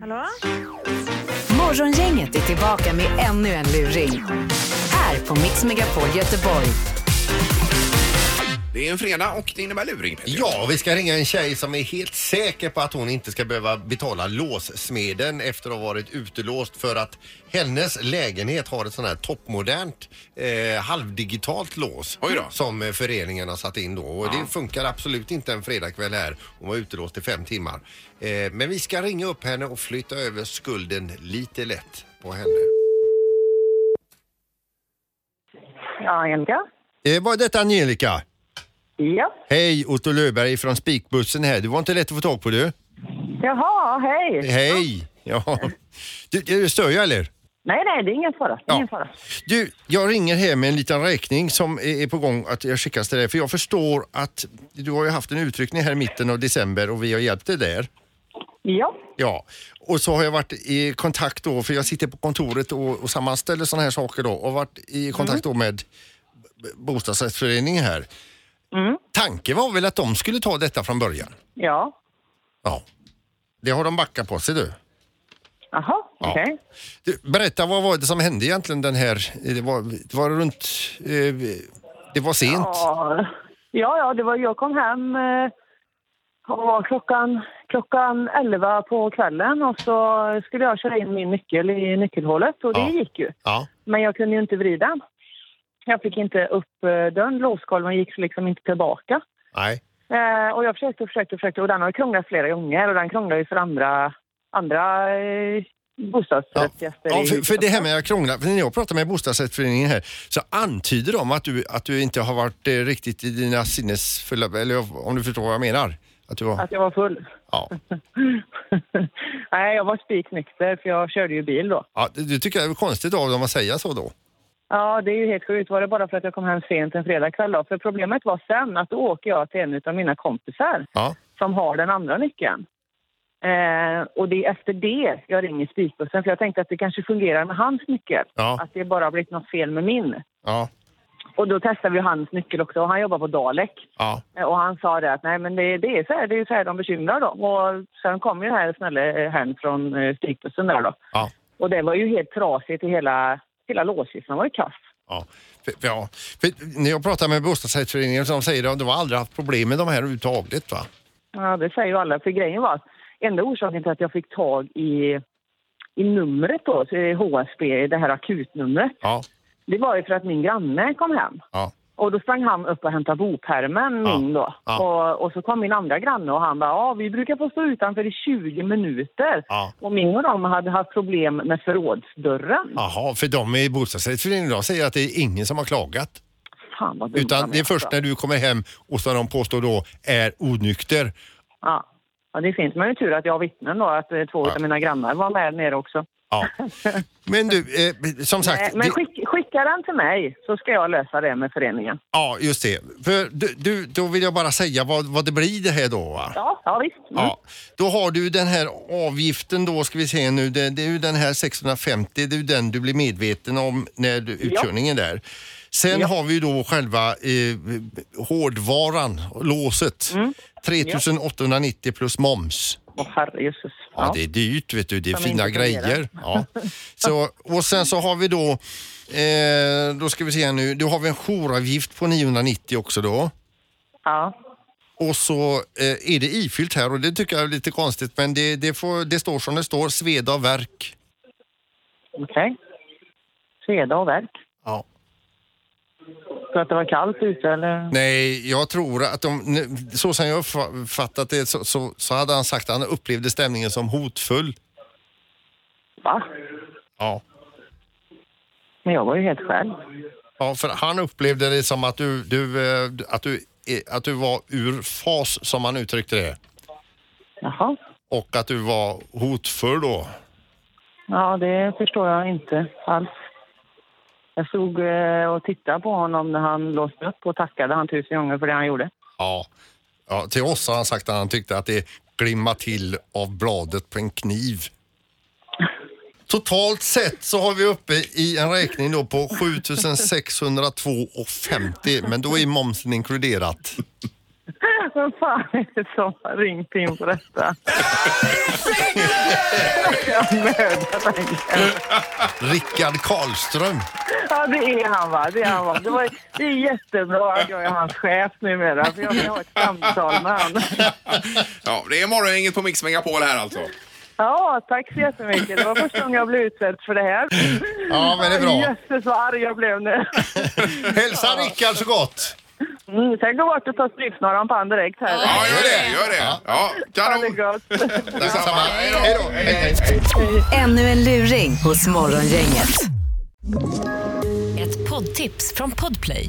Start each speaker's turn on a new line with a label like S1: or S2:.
S1: Hallå?
S2: Morgongänget är tillbaka med ännu en luring. Här på Mix Megapol Göteborg.
S3: Det är en fredag och det innebär luring. Peter.
S4: Ja, vi ska ringa en tjej som är helt säker på att hon inte ska behöva betala låssmeden efter att ha varit utelåst för att hennes lägenhet har ett sånt här toppmodernt eh, halvdigitalt lås
S3: Oj då.
S4: som eh, föreningen har satt in då. Och det funkar absolut inte en fredagkväll här. Hon var utelåst i fem timmar. Eh, men vi ska ringa upp henne och flytta över skulden lite lätt på henne.
S1: Ja, Angelica?
S4: Eh, var detta Angelica?
S1: Ja.
S4: Hej, Otto Löfberg från Spikbussen här. Du var inte lätt att få tag på du.
S1: Jaha, hej.
S4: Hej! Ja. Du, du stör jag eller?
S1: Nej, nej, det är ingen fara.
S4: Ja.
S1: Ingen fara.
S4: Du, jag ringer här med en liten räkning som är är på gång att jag skickas till dig. För jag förstår att du har ju haft en utryckning här i mitten av december och vi har hjälpt dig där.
S1: Ja.
S4: Ja, och så har jag varit i kontakt då, för jag sitter på kontoret och, och sammanställer sådana här saker då och varit i kontakt då med b- bostadsrättsföreningen här. Tanken var väl att de skulle ta detta från början?
S1: Ja.
S4: Ja. Det har de backat på sig du.
S1: Jaha, okej.
S4: Du, berätta, vad var det som hände egentligen den här... eh, Det var, det var runt... Eh, det var sent.
S1: Ja. ja, ja, det var jag kom hem eh, och var klockan, klockan 11 på kvällen och så skulle jag köra in min nyckel i nyckelhålet och det
S4: Ja.
S1: gick ju.
S4: Ja.
S1: Men jag kunde ju inte vrida den. Jag fick inte upp eh, dörren, låskolven gick liksom inte tillbaka.
S4: Nej.
S1: Eh, och jag försökte och försökte och försökte och den har ju krånglat flera gånger och den krånglar ju för andra, andra eh,
S4: Ja.
S1: bostadsrättsgäster.
S4: Ja,
S1: i
S4: för, för
S1: huset.
S4: det här med att krångla, för när jag pratar med bostadsrättsföreningen här så antyder de att du, att du inte har varit eh, riktigt i dina sinnesfulla... Eller om du förstår vad jag menar. Att du var,
S1: Att jag var full.
S4: ja.
S1: Nej, jag var spiknykter för jag körde ju bil då.
S4: Ja, du du tycker det är konstigt av dem att säga så då?
S1: Ja, det är ju helt sjukt. Var det bara för att jag kom hem sent en fredagkväll då? För problemet var sen att då åker jag till en av mina kompisar
S4: Ja.
S1: som har den andra nyckeln. Eh, och det är efter det jag ringer spikbussen för jag tänkte att det kanske fungerar med hans nyckel.
S4: Ja.
S1: Att det bara har blivit något fel med min.
S4: Ja.
S1: Och då testade vi hans nyckel också och han jobbar på Dalek.
S4: Ja.
S1: Eh, Och han sa det att nej men det, det är så här, det är så här de bekymrar dem. Och sen kom ju den här snälla herrn från eh, spikbussen där då.
S4: Ja.
S1: Och det var ju helt trasigt i hela, hela låskyssen var ju kass.
S4: Ja. För, för- ja. För, när jag pratar med bostadsrättsföreningen så de säger att de har aldrig haft problem med de här överhuvudtaget va?
S1: Ja, det säger ju alla. För grejen var att enda orsaken till att jag fick tag i, i numret då, så är HSB, det här akutnumret,
S4: Ja.
S1: det var ju för att min granne kom hem.
S4: Ja.
S1: Och då sprang han upp och hämtade bopärmen,
S4: Ja.
S1: min då.
S4: Ja.
S1: Och, och så kom min andra granne och han bara, ja vi brukar få stå utanför i 20 minuter.
S4: Ja.
S1: Och min och de hade haft problem med förrådsdörren.
S4: Jaha, för de i bostadsrättsföreningen idag säger att det är ingen som har klagat.
S1: Fan vad dumt
S4: Utan
S1: han
S4: det är först
S1: alltså.
S4: när du kommer hem och som de påstår då är onykter.
S1: Ja. ja, det finns man ju tur att jag har vittnen då, att eh, två
S4: Ja.
S1: av mina grannar var med nere också.
S4: Ja. Men du, eh, som
S1: Nej,
S4: sagt.
S1: men
S4: det,
S1: skick, skicka den till mig så ska jag lösa det med föreningen.
S4: ja, just det. För du, du, då vill jag bara säga vad, vad det blir det här då va?
S1: Ja, ja visst. Mm.
S4: Ja, då har du den här avgiften då, ska vi se nu, det, det är ju den här 650, det är ju den du blir medveten om när du, utkörningen där. Sen
S1: Ja.
S4: har vi ju då själva eh, hårdvaran, låset,
S1: Mm.
S4: 3890 plus moms.
S1: Åh herrejösses.
S4: Ja, det är dyrt vet du, det är
S1: Som
S4: fina
S1: inte fungerar.
S4: grejer. Ja. Så, och sen så har vi då, eh, då ska vi se här nu, då har vi en jouravgift på 990 också då.
S1: ja.
S4: Och så eh, är det ifyllt här och det tycker jag är lite konstigt men det, det, får, det står som det står, sveda och verk.
S1: Okej. Sveda och värk.
S4: Ja.
S1: För att det var kallt ute eller?
S4: Nej, jag tror att de, nu- så som jag uppfattat det så, så, så hade han sagt att han upplevde stämningen som hotfull.
S1: Va?
S4: Ja.
S1: Men jag var ju helt själv.
S4: ja, för han upplevde det som att du, du, eh, att du, eh, att du var ur fas som han uttryckte det.
S1: Jaha.
S4: Och att du var hotfull då.
S1: Ja, det förstår jag inte alls. Jag stod eh, och tittade på honom när han låste upp och tackade han tusen gånger för det han gjorde.
S4: Ja. ja till oss har han sagt att han tyckte att det glimmar till av bladet på en kniv. Totalt sett så har vi uppe i en räkning då på 7602,50 men då är momsen inkluderat.
S1: Vem fan är det som har ringt in på detta? Jag mördar den jäveln.
S4: Rickard Karlström.
S1: Ja, det är han va? Det är, han, va? Det var, det är jättebra att jag är hans chef numera, för jag vill ha ett samtal med honom.
S3: Ja, det är morgongänget på Mix Megapol här alltså.
S1: Ja, tack så jättemycket. Det var första gången jag blev utsedd för det här.
S4: Ja, men det är bra.
S1: Jösses vad arg jag blev nu.
S4: Hälsa Rickard så gott.
S1: Mm, tänk att bort och ta strypsnaran på han direkt här.
S3: Ja, gör det, gör det. Ja,
S1: Ha det
S3: kanon.
S1: gott.
S4: Detsamma.
S3: Hej då.
S4: Hej då. Hej, hej.
S2: Ännu en luring hos Morgongänget.
S5: Ett poddtips från Podplay.